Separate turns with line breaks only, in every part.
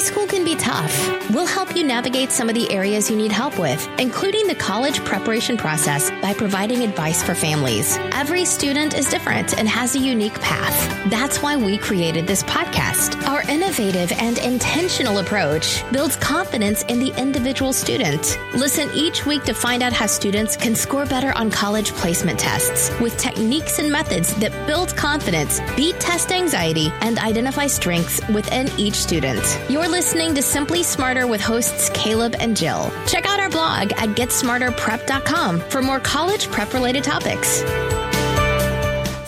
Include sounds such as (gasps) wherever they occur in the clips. school can be tough. We'll help you navigate some of the areas you need help with, including the college preparation process by providing advice for families. Every student is different and has a unique path. That's why we created this podcast. Our innovative and intentional approach builds confidence in the individual student. Listen each week to find out how students can score better on college placement tests with techniques and methods that build confidence, beat test anxiety, and identify strengths within each student. You're listening to Simply Smarter with hosts Caleb and Jill. Check out our blog at getsmarterprep.com for more college prep related topics.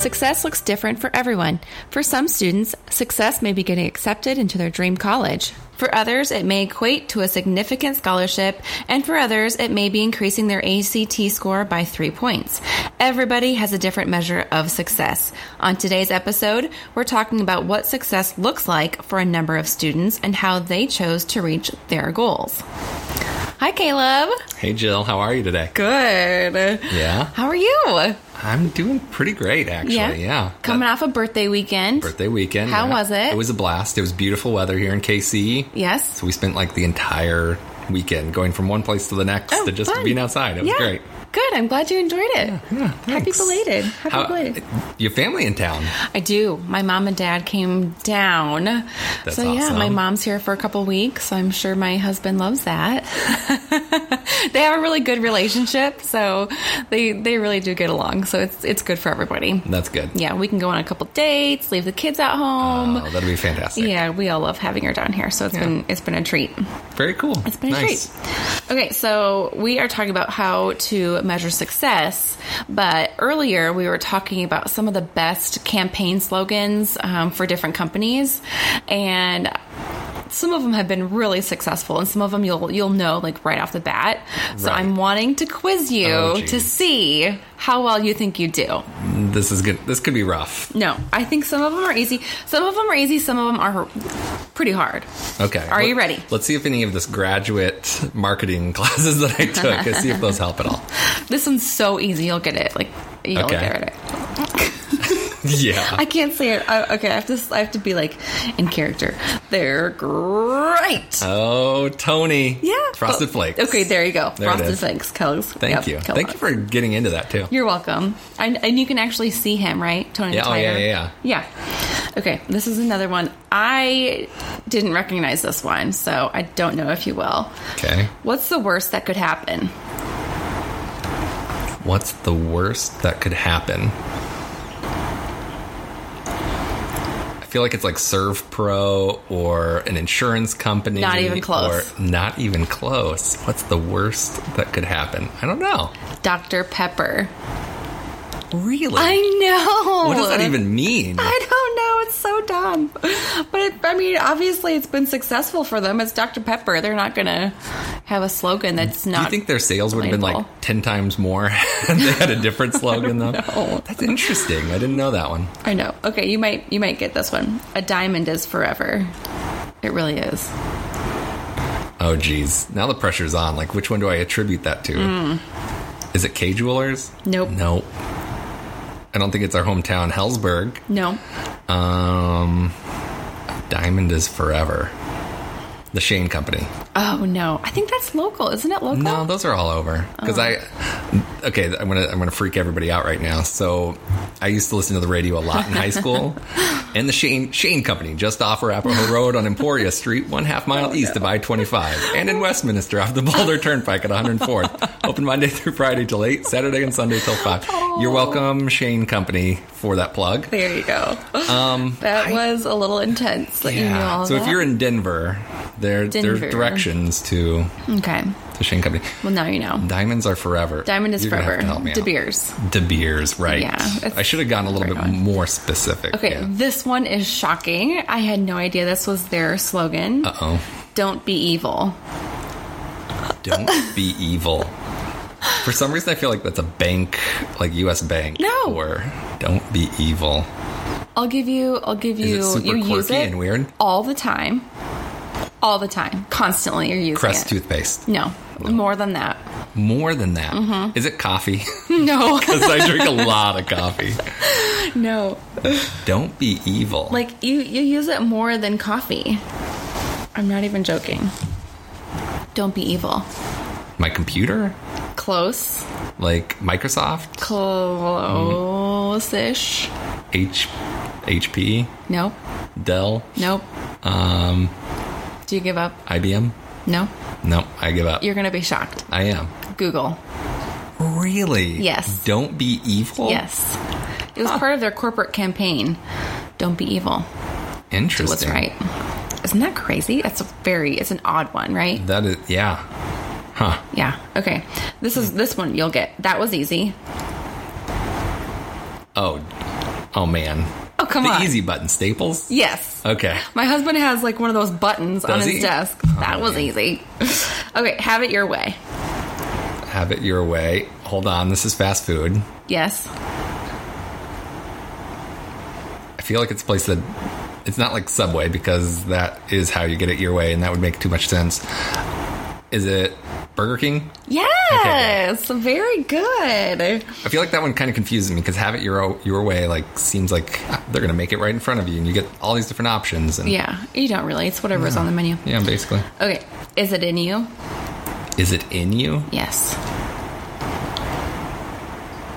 Success looks different for everyone. For some students, success may be getting accepted into their dream college. For others, it may equate to a significant scholarship, and for others, it may be increasing their ACT score by three points. Everybody has a different measure of success. On today's episode, we're talking about what success looks like for a number of students and how they chose to reach their goals. Hi, Caleb.
Hey, Jill. How are you today?
Good.
Yeah.
How are you?
I'm doing pretty great, actually. Yeah.
Coming
That
off a birthday weekend.
birthday weekend.
How
yeah.
was it?
It was a blast. It was beautiful weather here in KC.
Yes.
So we spent like the entire weekend going from one place to the next
Oh,
to just
fun.
being outside. It was
yeah.
great.
Good. I'm glad you enjoyed it.
Yeah,
Happy
thanks.
belated. Happy
How-
belated.
Your family in town.
I do. My mom and dad came down.
That's
so yeah,
awesome.
my mom's here for a couple weeks, so I'm sure my husband loves that. (laughs) they have a really good relationship, so they they really do get along. So it's it's good for everybody.
That's good.
Yeah, we can go on a couple dates, leave the kids at home.
Oh, that'll be fantastic.
yeah, we all love having her down here, so it's been it's been a treat.
Very cool.
It's been
nice.
a treat. Okay, so we are talking about how to measure success, but earlier we were talking about some of the best campaign slogans um, for different companies, and some of them have been really successful, and some of them you'll you'll know like right off the bat. So
Right.
I'm wanting to quiz you
Oh,
to
geez.
see how well you think you do.
This is good. This could be rough.
No, I think some of them are easy. Some of them are easy. Some of them are pretty hard.
Okay.
Are you ready?
Let's see if any of this graduate marketing (laughs) classes that I took,
(laughs)
let's see if those help at all. (laughs)
This one's so easy. You'll get it. Like you'll
Okay.
get it.
Yeah.
I can't say it. I, okay, I have to. I have to be like in character. They're great.
Oh, Tony.
yeah.
Frosted
Oh,
Flakes.
Okay, there you go.
There it
Frosted
is.
Flakes. Kellogg's.
Thank
Yep,
you.
Kellogg's.
Thank you for getting into that too.
You're welcome. And, and you can actually see him, right? Tony
Yeah,
the
oh, yeah,
Tiger.
yeah,
yeah. Okay, this is another one. I didn't recognize this one, so I don't know if you will.
Okay.
What's the worst that could happen?
What's the worst that could happen? I feel like it's like Serve Pro or an insurance company.
Not even close.
Or not even close. What's the worst that could happen? I don't know.
Dr. Pepper.
Really?
I know.
what does that even mean?
(laughs) I don't know. It's so dumb. But it, I mean, obviously, it's been successful for them. It's Dr. Pepper. They're not going to have a slogan that's
Do
not.
you think their sales would have been like
relatable.
10 times more (laughs) if they had a
(laughs)
different slogan, though? That's interesting. I didn't know that one.
I know. Okay, you might you might get this one. A diamond is forever. It really is.
Oh geez, now the pressure's on. Like, which one do I attribute that to? Is it K Jewelers?
Nope.
Nope. I don't think it's our hometown, Hellsburg.
No.
Um, Diamond is forever. The Shane Company.
Oh no. I think that's local. Isn't it local?
No, those are all over. Because I, okay, I'm gonna I'm gonna freak everybody out right now. So, I used to listen to the radio a lot in
(laughs)
high school, and the Shane Shane Company just off Arapahoe Road on Emporia Street, one half
Oh,
mile east of I-25, and in Westminster off
(laughs)
the Boulder Turnpike at 104th. Open Monday through Friday till eight, Saturday and Sunday till five.
Oh.
You're welcome, Shane Company, for that plug.
There you go. Um, (laughs) that was a little intense. That you knew all
So if
that.
you're in Denver, there there's
Denver.
directions to
okay,
to Shane Company.
well now you know.
Diamonds are forever.
Diamond is
You're gonna have
forever.
to help me
De
out.
Beers.
De Beers, right?
Yeah, it's-
I should have gotten a little bit
Right on.
more specific.
Okay, this one is shocking. I had no idea this was their slogan.
Uh oh.
Don't be evil.
Don't be
(laughs)
evil. For some reason, I feel like that's a bank, like U.S. Bank.
No.
Or don't be evil.
I'll give you. I'll give
Is
you.
it super
you use
quirky
it
and weird?
all the time. All the time, constantly. You're using
Crest
it.
toothpaste.
No, more than that. (laughs)
More than that. Is
Mm-hmm.
it coffee? (laughs)
No,
Because I drink a lot of coffee.
no.
Don't be evil.
Like you, you use it more than coffee. I'm not even joking. Don't be evil.
My computer?
Close.
Like Microsoft?
Close ish.
H- HP?
Nope.
Dell?
Nope.
Um,
Do you give up?
IBM?
No.
No, I give up.
You're going to be shocked.
I am.
Google.
Really?
Yes.
Don't be evil?
Yes. It was part of their corporate campaign. Don't be evil.
Interesting.
What's right? Isn't that crazy? That's a very, it's an odd one, right?
That is, yeah. Huh.
Yeah. Okay. This is, this one you'll get. That was easy.
Oh, oh man.
Oh, come
the
on.
easy button. Staples?
Yes.
Okay.
My husband has like one of those buttons on
Does
his
he?
desk. that
Oh,
was
man.
easy. (laughs) okay, have it your way.
Have it your way. Hold on. This is fast food.
Yes.
I feel like it's a place that it's not like Subway because that is how you get it your way, and that would make too much sense. Is it Burger King?
Yes. Very good.
I feel like that one kind of confuses me because have it your your way like seems like they're gonna make it right in front of you, and you get all these different options. And
Yeah. You don't really. It's whatever's on the menu.
yeah, basically.
Okay. Is it in you?
Is it in you?
Yes.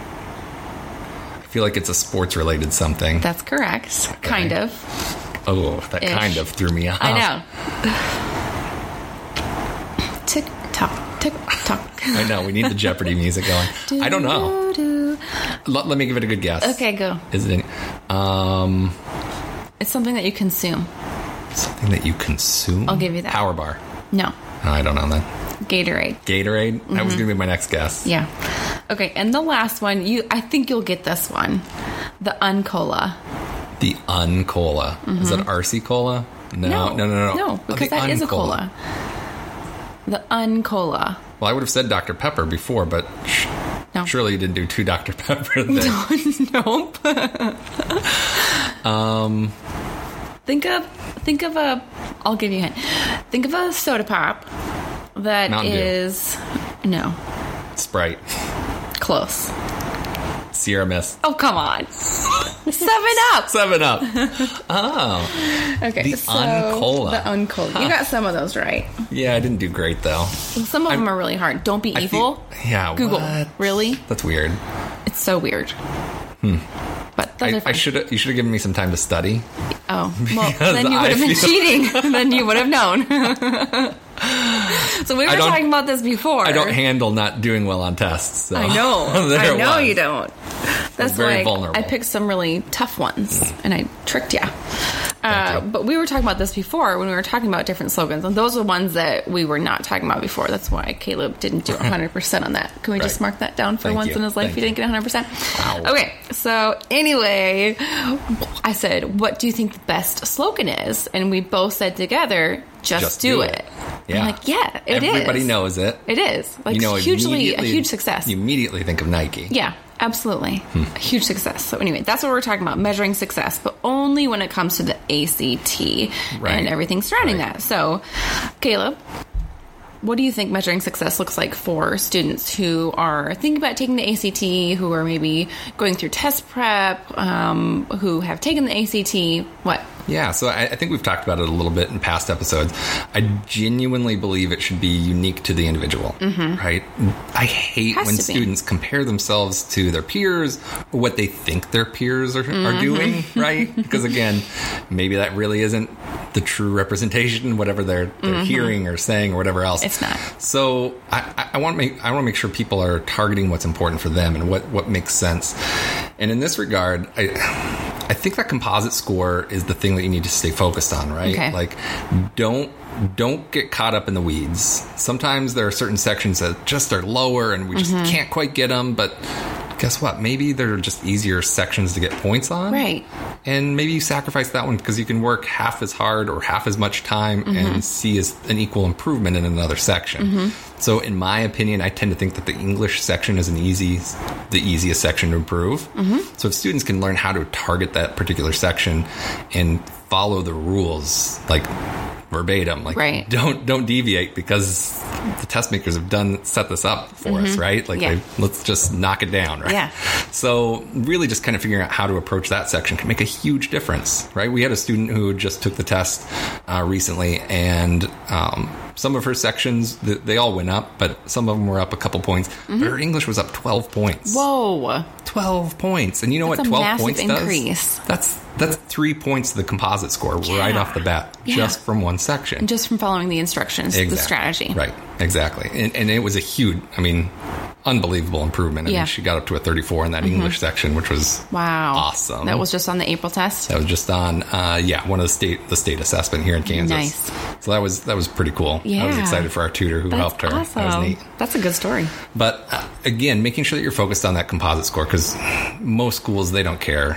I feel like it's a sports related something.
That's correct. Kind of.
oh, that
Ish.
kind of threw me off.
I know. Tick tock. Tick tock.
(laughs) I know. We need the Jeopardy music going. I
(laughs)
don't know.
Doo-doo.
Let, let me give it a good guess.
Okay, go.
Is it in, um
It's something that you consume.
something that you consume?
I'll give you that.
Power bar.
No.
Oh, I don't know that.
Gatorade.
Gatorade. That was gonna be my next guess.
Mm-hmm. Yeah. Okay, and the last one, you I think you'll get this one. The Uncola.
The Uncola. Is it RC Cola? No, no, no, no, no.
Mm-hmm. No,
Oh,
because
the
that is a
Uncola.
cola. The Uncola.
Well, I would have said Dr Pepper before, but sh-
No.
surely you didn't do two (laughs) Dr Pepper. Then.
(laughs) nope. um
Um,
think of think of a I'll give you a hint. Think of a soda pop that
Mountain Dew.
is no,
Sprite,
close.
Sierra Mist,
Oh, come on.
(laughs)
7 up. (laughs)
Seven Up.
Okay.
The
so
Uncola.
The Uncola. You got some of those right.
yeah, I didn't do great though.
Some of
I'm-
them are really hard. Don't be
I
evil.
feel- yeah,
Google.
what?
Really?
That's weird.
It's so weird. Hmm. But those are
I, I
fun.
should you should have given me some time to study. (laughs)
Oh, well,
Because
then you would
I
have been
feel-
cheating. (laughs) then you would have known. so we were
I don't-
talking about this before.
I don't handle not doing well on tests. So.
I
(laughs)
know.
There
I
it
know
was.
you don't. That's
very
why I-
vulnerable. Mm.
I picked some really tough ones and I tricked ya. Uh,
you.
but we were talking about this before when we were talking about different slogans, and those are ones that we were not talking about before. That's why Caleb didn't
(laughs)
do 100% on that. Can we just
Right.
mark that down for
Thank
once
you.
in his life? you
Thank
didn't get 100%.
Wow.
Okay, so anyway, I said, What do you think the best slogan is? And we both said together, Just, do, it.
Yeah.
I'm like, Yeah, it is.
Everybody knows it.
It is. Like,
you know,
hugely, a
immediately-
huge success.
You immediately think of Nike.
Yeah, absolutely. A huge success. So, anyway, that's what we're talking about measuring success, but only when it comes to the ACT
Right.
and everything surrounding
Right.
that. So, Caleb, what do you think measuring success looks like for students who are thinking about taking the ACT, who are maybe going through test prep, um, who have taken the ACT? What?
Yeah, so I, I think we've talked about it a little bit in past episodes. I genuinely believe it should be unique to the individual, right? I hate
Mm-hmm. Has
when
to be.
students compare themselves to their peers or what they think their peers are,
Mm-hmm.
are
(laughs)
doing, right? Because again, maybe that really isn't the true representation, whatever they're, they're hearing or saying or whatever else.
Mm-hmm. It's not.
So I, I- I want to make I want to make sure people are targeting what's important for them and what what makes sense. And in this regard, I I think that composite score is the thing that you need to stay focused on, right?
Okay.
Like don't don't get caught up in the weeds. Sometimes there are certain sections that just are lower and we just
Mm-hmm.
can't quite get them, but guess what? Maybe they're just easier sections to get points on.
Right.
And maybe you sacrifice that one because you can work half as hard or half as much time
Mm-hmm.
and see as an equal improvement in another section.
Mm-hmm.
So, in my opinion, I tend to think that the English section is an easy, the easiest section to improve.
Mm-hmm.
So, if students can learn how to target that particular section and follow the rules, like verbatim, like
Right.
don't don't deviate because the test makers have done set this up for us, right? Like,
Mm-hmm. Yeah.
they, let's just knock it down, right?
Yeah.
So really, just kind of figuring out how to approach that section can make a huge difference, right? We had a student who just took the test uh, recently, and um, some of her sections th- they all went up, but some of them were up a couple points.
Mm-hmm.
But her English was up twelve points.
Whoa.
12 points. And you know
That's
what
a
12
massive
points
increase.
does? That's that's 3 points to the composite score right
Yeah.
off the bat
Yeah.
just from one section.
Just from following the instructions, the strategy.
Right. Exactly. And and it was a huge, I mean, unbelievable improvement. I
Yeah. Mm-hmm.
mean, she got up to a 34 in that English section, which was
Wow.
Awesome.
That was just on the April test.
that was just on uh, yeah, one of the state the state assessment here in Kansas.
Nice.
So that was that was pretty cool. I was
Yeah.
excited for our tutor who
That's
helped her.
awesome.
That was neat.
That's a good story.
But uh, again, making sure that you're focused on that composite score because most schools they don't care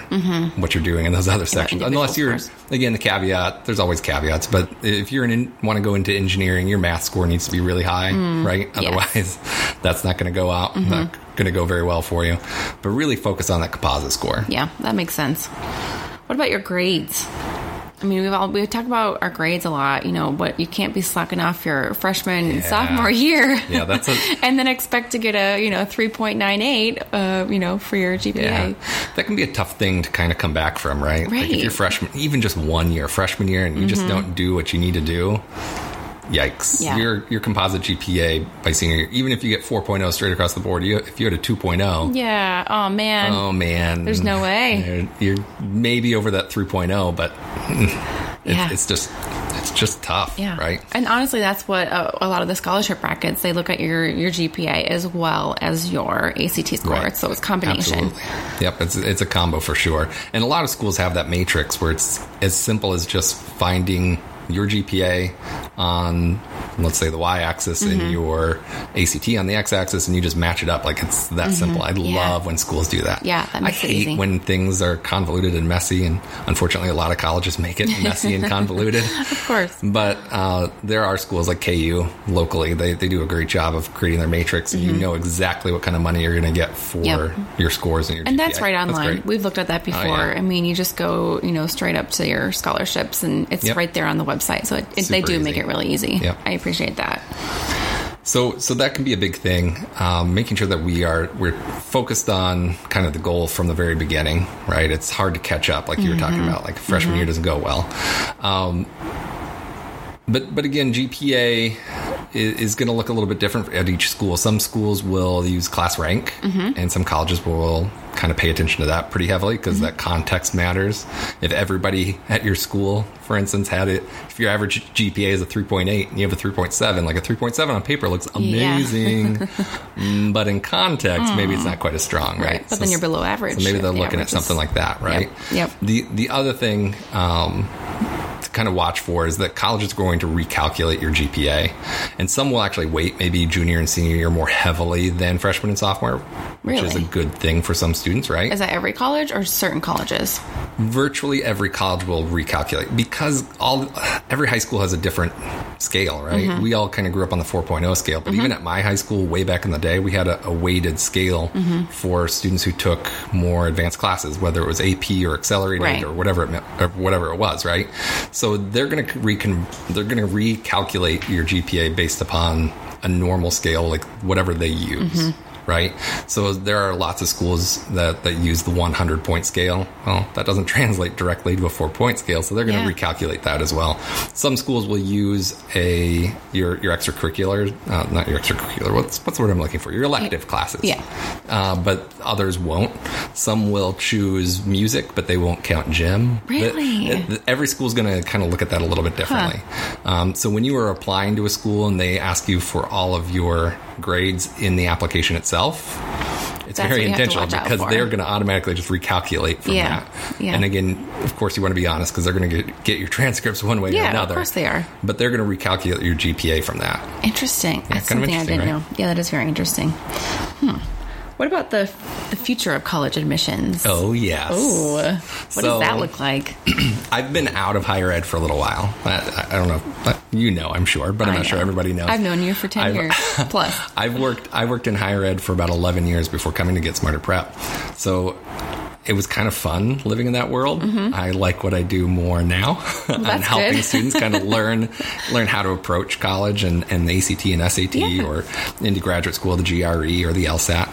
what you're doing in those other sections,
Mm-hmm. individual
unless you're
scores.
again the caveat. There's always caveats, but if you're in want to go into engineering, your math score needs to be really high,
Mm.
right? Otherwise, (laughs) that's not going to go out, not
Mm-hmm.
going to go very well for you. But really focus on that composite score.
Yeah, that makes sense. What about your grades? I mean, we've all we talk about our grades a lot, you know, but you can't be slacking off your freshman and
Yeah.
sophomore year.
Yeah, that's a-
(laughs) and then expect to get a you know three point nine eight, uh, you know, for your GPA.
Yeah. That can be a tough thing to kind of come back from, right? Like
Right. Mm-hmm.
if you're freshman, even just one year, freshman year, and you just don't do what you need to do, yikes.
Yeah.
Your, your composite GPA by senior year, even if you get 4.0 straight across the board, you, if you had a 2.0,
Yeah. Oh man.
oh man.
There's no way.
You're, you're maybe over that 3.0, but (laughs) it's,
Yeah.
it's just, it's just tough,
Yeah.
right?
And honestly, that's what a, a lot of the scholarship brackets they look at your your GPA as well as your ACT score.
Right.
So it's a combination.
Absolutely. Yep, it's it's a combo for sure. And a lot of schools have that matrix where it's as simple as just finding your GPA on let's say the y-axis
Mm-hmm.
and your ACT on the x-axis and you just match it up like it's that simple. I
Mm-hmm. Yeah.
love when schools do that.
Yeah, that makes
I
it
hate
easy.
when things are convoluted and messy and unfortunately a lot of colleges make
(laughs)
it messy and convoluted.
Of course.
But uh, there are schools like KU locally. They, they do a great job of creating their matrix, and you know exactly what kind of money you're going to get for
Mm-hmm. Yep.
your scores and your.
And that's
GPA.
right online.
great. Oh,
We've looked at that before.
yeah.
I mean, you just go, you know, straight up to your scholarships, and it's
Yep.
right there on the website. So it, it, they
Super
do make
easy.
it really easy.
Yep.
I appreciate that.
So so that can be a big thing. Um, making sure that we are we're focused on kind of the goal from the very beginning, right? It's hard to catch up, like you were
Mm-hmm.
talking about. Like freshman year doesn't go well. Um, but but again, GPA is, is going to look a little bit different at each school. Some schools will use class rank,
Mm-hmm.
and some colleges will kind of pay attention to that pretty heavily because
Mm-hmm.
that context matters. If everybody at your school, for instance, had it, if your average GPA is a 3.8 and you have a 3.7, like a 3.7 on paper looks
Yeah. (laughs)
amazing, Mm, but in context, maybe it's not quite as strong, right?
But then you're below average
So maybe
if
they're
the
looking
average
at
is-
something like that, right?
Yep.
The the other thing um, to kind of watch for is that college is going to recalculate your GPA, and some will actually weight maybe junior and senior year more heavily than freshman and sophomore, which is a
Really?
good thing for some students, right?
Is that every college or certain colleges?
virtually every college will recalculate because all every high school has a different scale right
Mm-hmm.
we all kind of grew up on the 4.0 scale but even at my high school way back in the day we had a, a weighted scale
Mm-hmm.
for students who took more advanced classes whether it was ap or accelerated
Right.
or whatever it meant, or whatever it was right so they're going to recon they're going to recalculate your gpa based upon a normal scale like whatever they use right? So there are lots of schools that, that use the 100 point scale. Well, that doesn't (laughs) translate directly to a four point scale, so they're going to
Yeah.
recalculate that as well. Some schools will use a your your extracurricular, uh, not your extracurricular. What's what's the word I'm looking for? Your elective classes.
Yeah.
Uh, but others won't. Some will choose music, but they won't count gym.
Really?
The- the- every school's going to kind of look at that a little bit differently. Um, so when you are applying to a school and they ask you for all of your grades in the application itself, it's
That's what
very
you have to
intentional
watch out
because
for.
they're going to automatically just recalculate from
Yeah,
that.
yeah.
And again, of course, you want to be honest because they're going to get your (laughs) transcripts one way
Yeah,
or
of
another.
course they are.
But they're going to recalculate your GPA from that.
Interesting. That's
kind
something
of interesting,
I didn't
right?
know. Yeah, that is very interesting. Hmm. What about the the future of college admissions?
Oh yes.
Ooh. What
So-
does that look like?
I've been out of higher ed for a little while. I, I don't know. but You know, I'm sure, but (clears throat) I'm
I
not sure
know.
everybody knows.
I've known you for 10
I've- (laughs)
years plus.
I've worked I worked in higher ed for about 11 years before coming to Get Smarter Prep. So it was kind of fun living in that world. I like what I do more now (laughs) on
Mm-hmm. that's
helping
good.
students kind of learn learn how to approach college and, and the ACT and SAT
Yeah.
or into graduate school, the GRE or the LSAT.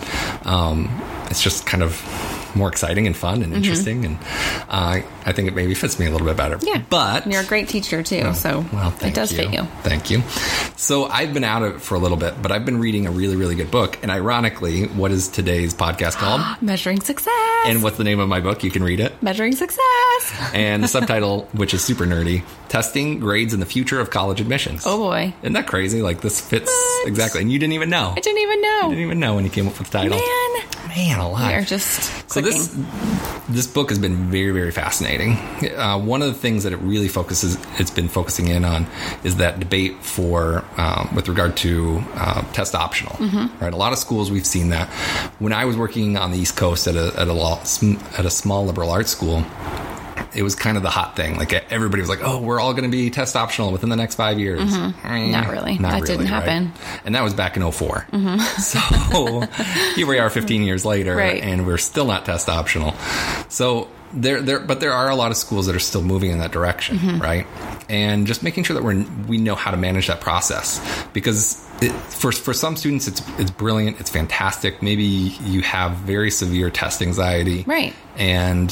Um, it's just kind of more exciting and fun
Mm-hmm.
and interesting, and uh, I think it maybe fits me a little bit better.
Yeah.
but Oh,
And you're a great teacher too, so
well, thank
it does
you.
fit you.
Thank you. So I've been out of it for a little bit, but I've been reading a really, really good book. And ironically, what is today's podcast
(gasps)
called?
Measuring success.
and what's the name of my book? You can read it.
Measuring success. (laughs)
And the subtitle, which is super nerdy, Testing Grades and the Future of College Admissions.
Oh boy.
Isn't that crazy? Like this fits exactly. And you didn't even know.
I didn't even know.
You didn't even know when you came up with the title.
Man.
Man alive.
We are just
So
clicking.
this this book has been very very fascinating. Uh, one of the things that it really focuses it's been focusing in on is that debate for um, with regard to uh, test optional.
Mm-hmm.
Right, a lot of schools we've seen that. When I was working on the East Coast at a at a law, at a small liberal arts school, it was kind of the hot thing. Like everybody was like, "Oh, we're all going to be test optional within the next five years." Eh,
Mm-hmm. Not really. That didn't
right?
happen. Mm-hmm.
And that was back in oh 4
(laughs)
So here we are, 15 years later,
Right.
and we're still not test optional. So there, there, but there are a lot of schools that are still moving in that direction,
Mm-hmm.
right? And just making sure that we're we know how to manage that process because. It, for, for some students, it's it's brilliant, it's fantastic. Maybe you have very severe test anxiety,
Right.
and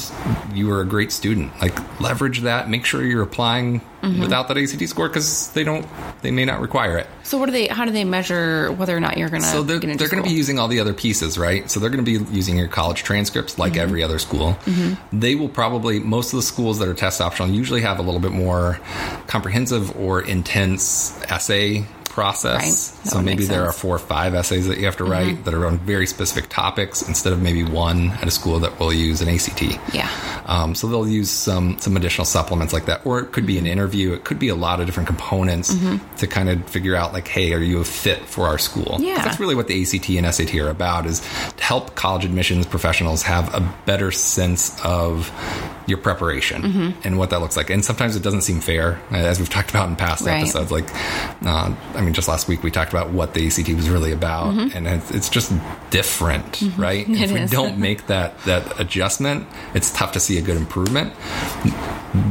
you are a great student. Like leverage that. Make sure you're applying
Mm-hmm.
without that ACT score because they don't, they may not require it.
so what do they how do they measure whether or not you're gonna
So they're,
get into
they're going to be
school?
using all the other pieces, right? So they're going to be using your college transcripts
Mm-hmm.
like every other school. They will probably, most of the schools that are test optional usually have a little bit more comprehensive or intense essay process.
Right. That
So
would
maybe
make
there are
sense. Mm-hmm.
four or five essays that you have to write that are on very specific topics instead of maybe one at a school that will use an ACT.
Yeah.
Um, so they'll use some some additional supplements like that, or it could be an interview. It could be a lot of different components to kind of figure out like, hey, are you a fit for our school? 'Cause
Mm-hmm. Yeah.
that's really what the ACT and SAT are about is to help college admissions professionals have a better sense of your preparation
Mm-hmm.
and what that looks like. And sometimes it doesn't seem fair, uh, as we've (laughs) talked about in past
Right.
episodes. Like, uh, I mean, just last week we talked about what the ACT was really about,
Mm-hmm.
and it's, it's just different, right? if we
is.
don't make that that adjustment, it's tough to see a good improvement.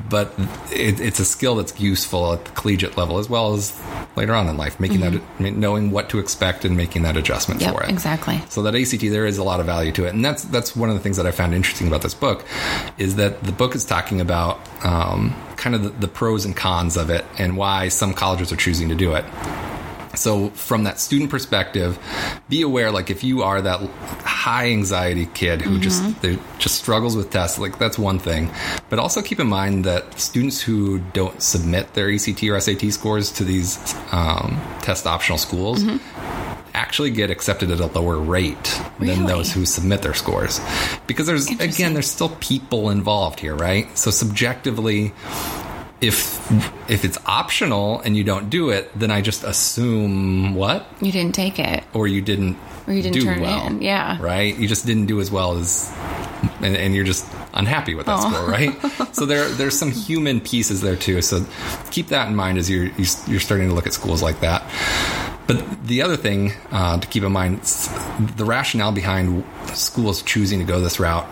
But it, it's a skill that's useful at the collegiate level as well as later on in life, making that knowing what to expect and making that adjustment
Mm-hmm. Yep,
for it.
exactly.
So that ACT, there is a lot of value to it, and that's that's one of the things that I found interesting about this book, is that the book is talking about um, kind of the, the pros and cons of it and why some colleges are choosing to do it. So from that student perspective, be aware like if you are that high anxiety kid who just they just struggles with tests, like that's one thing. But also keep in mind that students who don't submit their ACT or SAT scores to these um, test optional schools actually get accepted at a lower rate than
Really?
those who submit their scores because there's again there's still people involved here right so subjectively if if it's optional and you don't do it then i just assume what
You didn't take it.
or you didn't
Or you didn't
do
turn it
well
in, yeah.
right you just didn't do as well as and, and you're just unhappy with
Oh.
that score
(laughs)
right so there there's some human pieces there too so keep that in mind as you're you're starting to look at schools like that but the other thing uh, to keep in mind, s- the rationale behind schools choosing to go this route,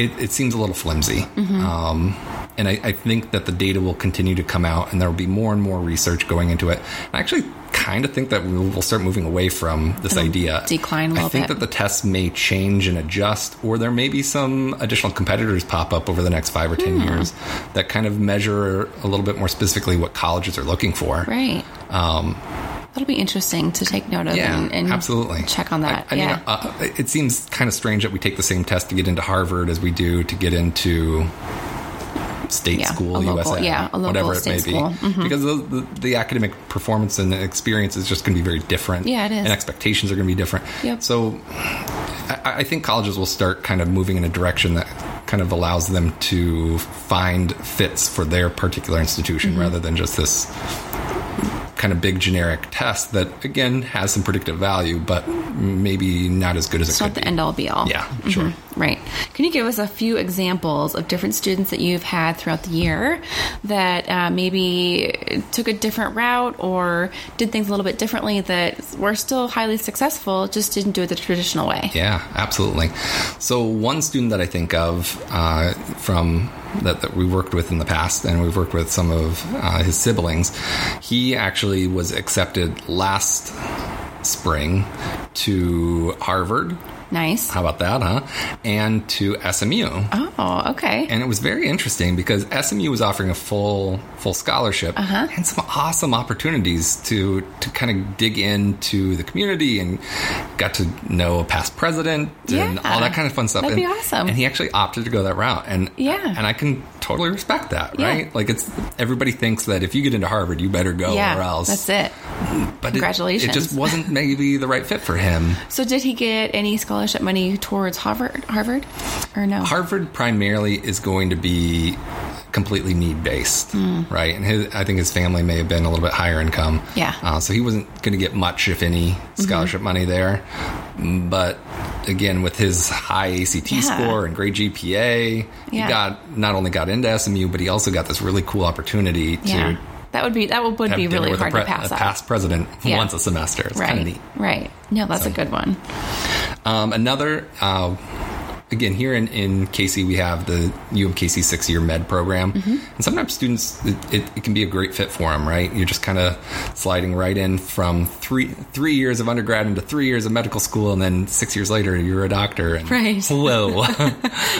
it, it seems a little flimsy.
Mm-hmm.
Um, and I, I think that the data will continue to come out and there will be more and more research going into it. I actually kind of think that we will start moving away from this idea.
decline a
I
little
think
bit.
that the tests may change and adjust, or there may be some additional competitors pop up over the next five or 10 years that kind of measure a little bit more specifically what colleges are looking for.
Right. Um That'll be interesting to take note of
Yeah,
and, and
absolutely.
check on that.
I, I
yeah.
mean, uh, it seems kind of strange that we take the same test to get into Harvard as we do to get into state
Yeah, a
school,
local-
USA,
yeah, a local
whatever it
state
may
school. Mm-hmm.
be, because the, the, the academic performance and experience is just going to be very different.
Yeah, it is.
And expectations are going to be different.
Yep.
So, I, I think colleges will start kind of moving in a direction that kind of allows them
Mm-hmm.
to find fits for their particular institution rather than just this kind of big generic test that again has some predictive value, but maybe not as good as
It's
it
not
could
the
be.
end all be all. Mm-hmm.
Yeah, sure.
Right. Can you give us a few examples of different students that you've had throughout the year that uh, maybe took a different route or did things a little bit differently that were still highly successful, just didn't do it the traditional way?
Yeah, absolutely. So one student that I think of uh, from that, that we worked with in the past, and we've worked with some of uh, his siblings, he actually was accepted last spring to Harvard.
Nice.
How about that, huh? And to SMU.
Oh, okay.
Uh-huh. And it was very interesting because SMU was offering a full full scholarship
Uh-huh.
and some awesome opportunities to to kind of dig into the community and got to know a past president and
Yeah.
all that kind of fun stuff.
That'd be
And-
awesome.
And he actually opted to go that route. And
Yeah.
and I can totally respect that,
Yeah.
right? Like it's everybody thinks that if you get into Harvard, you better go
yeah,
or else.
that's it.
But it-
Congratulations.
It, just wasn't maybe the right fit for him.
So, did he get any scholarship money towards Harvard? Harvard, or no?
Harvard primarily is going to be completely need based,
Hmm.
right? And his, I think his family may have been a little bit higher income.
Yeah. Mm-hmm.
Uh, so he wasn't going to get much, if any, scholarship money there. But again, with his high ACT
Yeah.
score and great GPA,
Yeah.
he got not only got into SMU, but he also got this really cool opportunity
yeah,
to
that would be that would, would
have
be
dinner
really
with
hard
a, pre-
to pass
a
up.
past president
Yeah.
once a semester. It's kind
right,
of neat.
right. No, that's a good one.
Um, another, uh, again, here in, in KC, we have the UMKC six year med program. And sometimes students, it, it, it can be a great fit for them, right? You're just kind of sliding right in from three three years of undergrad into three years of medical school. And then six years later, you're a doctor. And,
Right.
Whoa.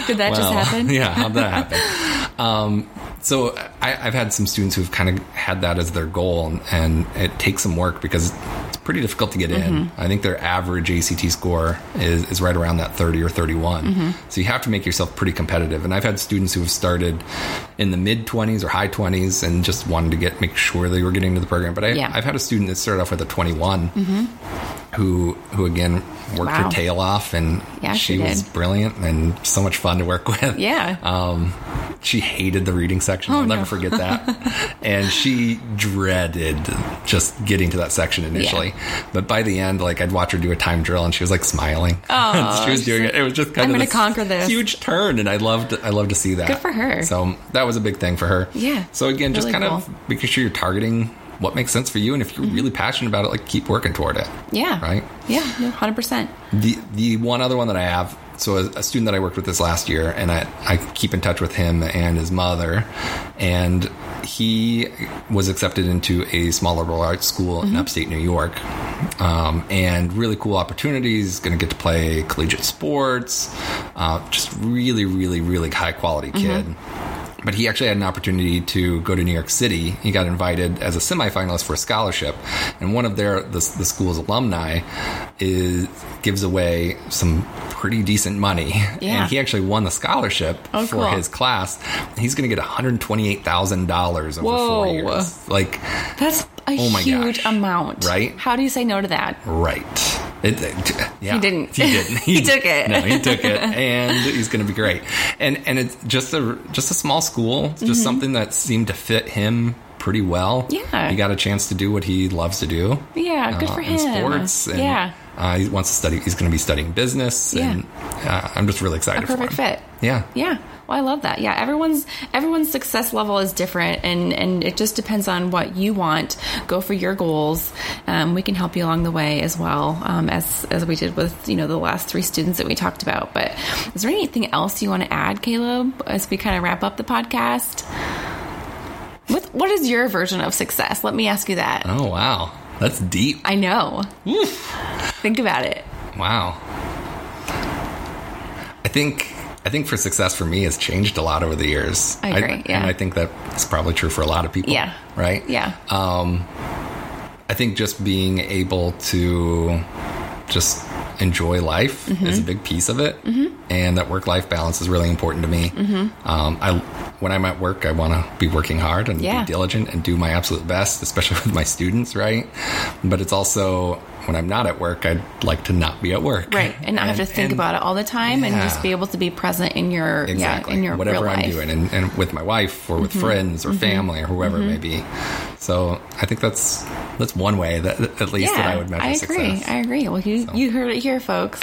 Did that
(laughs)
just
Wow.
happen?
yeah, how'd that happen? um, so I, I've had some students who've kind of had that as their goal, and, and it takes some work because it's pretty difficult to get in.
Mm-hmm.
I think their average ACT score is, is right around that 30 or 31.
Mm-hmm.
So you have to make yourself pretty competitive. And I've had students who have started in the mid 20s or high 20s and just wanted to get make sure they were getting into the program. But I,
Yeah. Mm-hmm.
I've had a student that started off with a 21 who who again worked
Wow,
her tail off and
Yeah,
she,
she
was
did.
brilliant and so much fun to work (laughs) with.
Yeah. Oh,
Um she hated the reading section. I'll never forget that.
(laughs)
and she dreaded just getting to that section initially. But by the end, like I'd watch her do a time drill and she was like smiling. (laughs) Oh, she was doing it. It was just kind
"I'm
of
gonna
this
conquer this."
huge turn and I loved I loved to see that.
Good for her.
So that was a big thing for her.
Yeah.
So again, just
Really
kind
cool. Mm-hmm.
of making sure you're targeting what makes sense for you and if you're really passionate about it, like keep working toward it.
Yeah.
Right?
Yeah, no, 100%.
The the one other one that I have, so a, a student that I worked with this last year, and I, I keep in touch with him and his mother, and he was accepted into a small liberal arts school in upstate New York, um, and really cool opportunities. Going to get to play collegiate sports, uh, just really, really, really high quality kid. But he actually had an opportunity to go to New York City. He got invited as a semifinalist for a scholarship, and one of their the, the school's alumni is gives away some pretty decent money.
Yeah.
And he actually won the scholarship
Oh,
for
cool.
his class. He's going to get one hundred twenty eight thousand dollars over four
Whoa.
years. Like,
That's a
Oh my
huge
gosh.
amount.
Right?
How do you say no to that?
right? It, it- yeah.
He didn't.
He
(laughs)
didn't.
He took it.
No, he took it, and he's going to be great. And and it's just a just a small school, It's just
Mm-hmm.
something that seemed to fit him pretty well.
Yeah.
he got a chance to do what he loves to do.
Yeah, good
uh,
for
in
him.
sports. And,
yeah.
uh, he wants to study. He's going to be studying business,
Yeah.
and uh, I'm just really excited
A perfect
for him.
fit.
Yeah,
Yeah. Well, I love that. Yeah, everyone's everyone's success level is different, and and it just depends on what you want. Go for your goals. Um, we can help you along the way as well um, as as we did with you know the last three students that we talked about. But is there anything else you want to add, Caleb, as we kind of wrap up the podcast? What what is your version of success? Let me ask you that.
Oh wow, that's deep.
I know. Think about it.
Wow. I think I think for success for me has changed a lot over the years.
I agree, yeah.
And I think that's probably true for a lot of people.
Yeah.
Right?
Yeah.
Uh, I think just being able to just enjoy life
Mm-hmm.
is a big piece of it, and that work-life balance is really important to me.
Mm-hmm.
Um, I when I'm at work, I want to be working hard and
Yeah.
be diligent and do my absolute best, especially (laughs) with my students, right? But it's also when I'm not at work, I'd like to not be at work,
right. And not have to think
and-
about it all the time and just
Yeah.
be able to be present in your
exactly
yeah, in your
whatever
real
I'm
life. Mm-hmm.
doing, and, and with my wife or with friends or family or whoever it may be. So I think that's that's one way that at least that I would measure
I agree.
success.
I agree. Well, you, you heard it here, folks.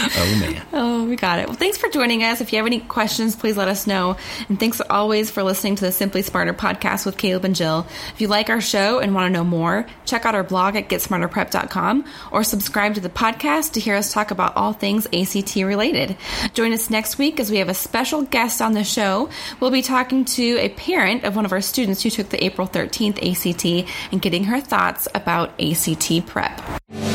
oh man.
Oh, we got it. Well, thanks for joining us. If you have any questions, please let us know. And thanks always for listening to the Simply Smarter podcast with Caleb and Jill. If you like our show and want to know more, check out our blog at getsmarterprep.com or subscribe to the podcast to hear us talk about all things ACT related. Join us next week as we have a special guest on the show. We'll be talking to a parent of one of our students who took the April 13th ACT and getting her thoughts about ACT prep.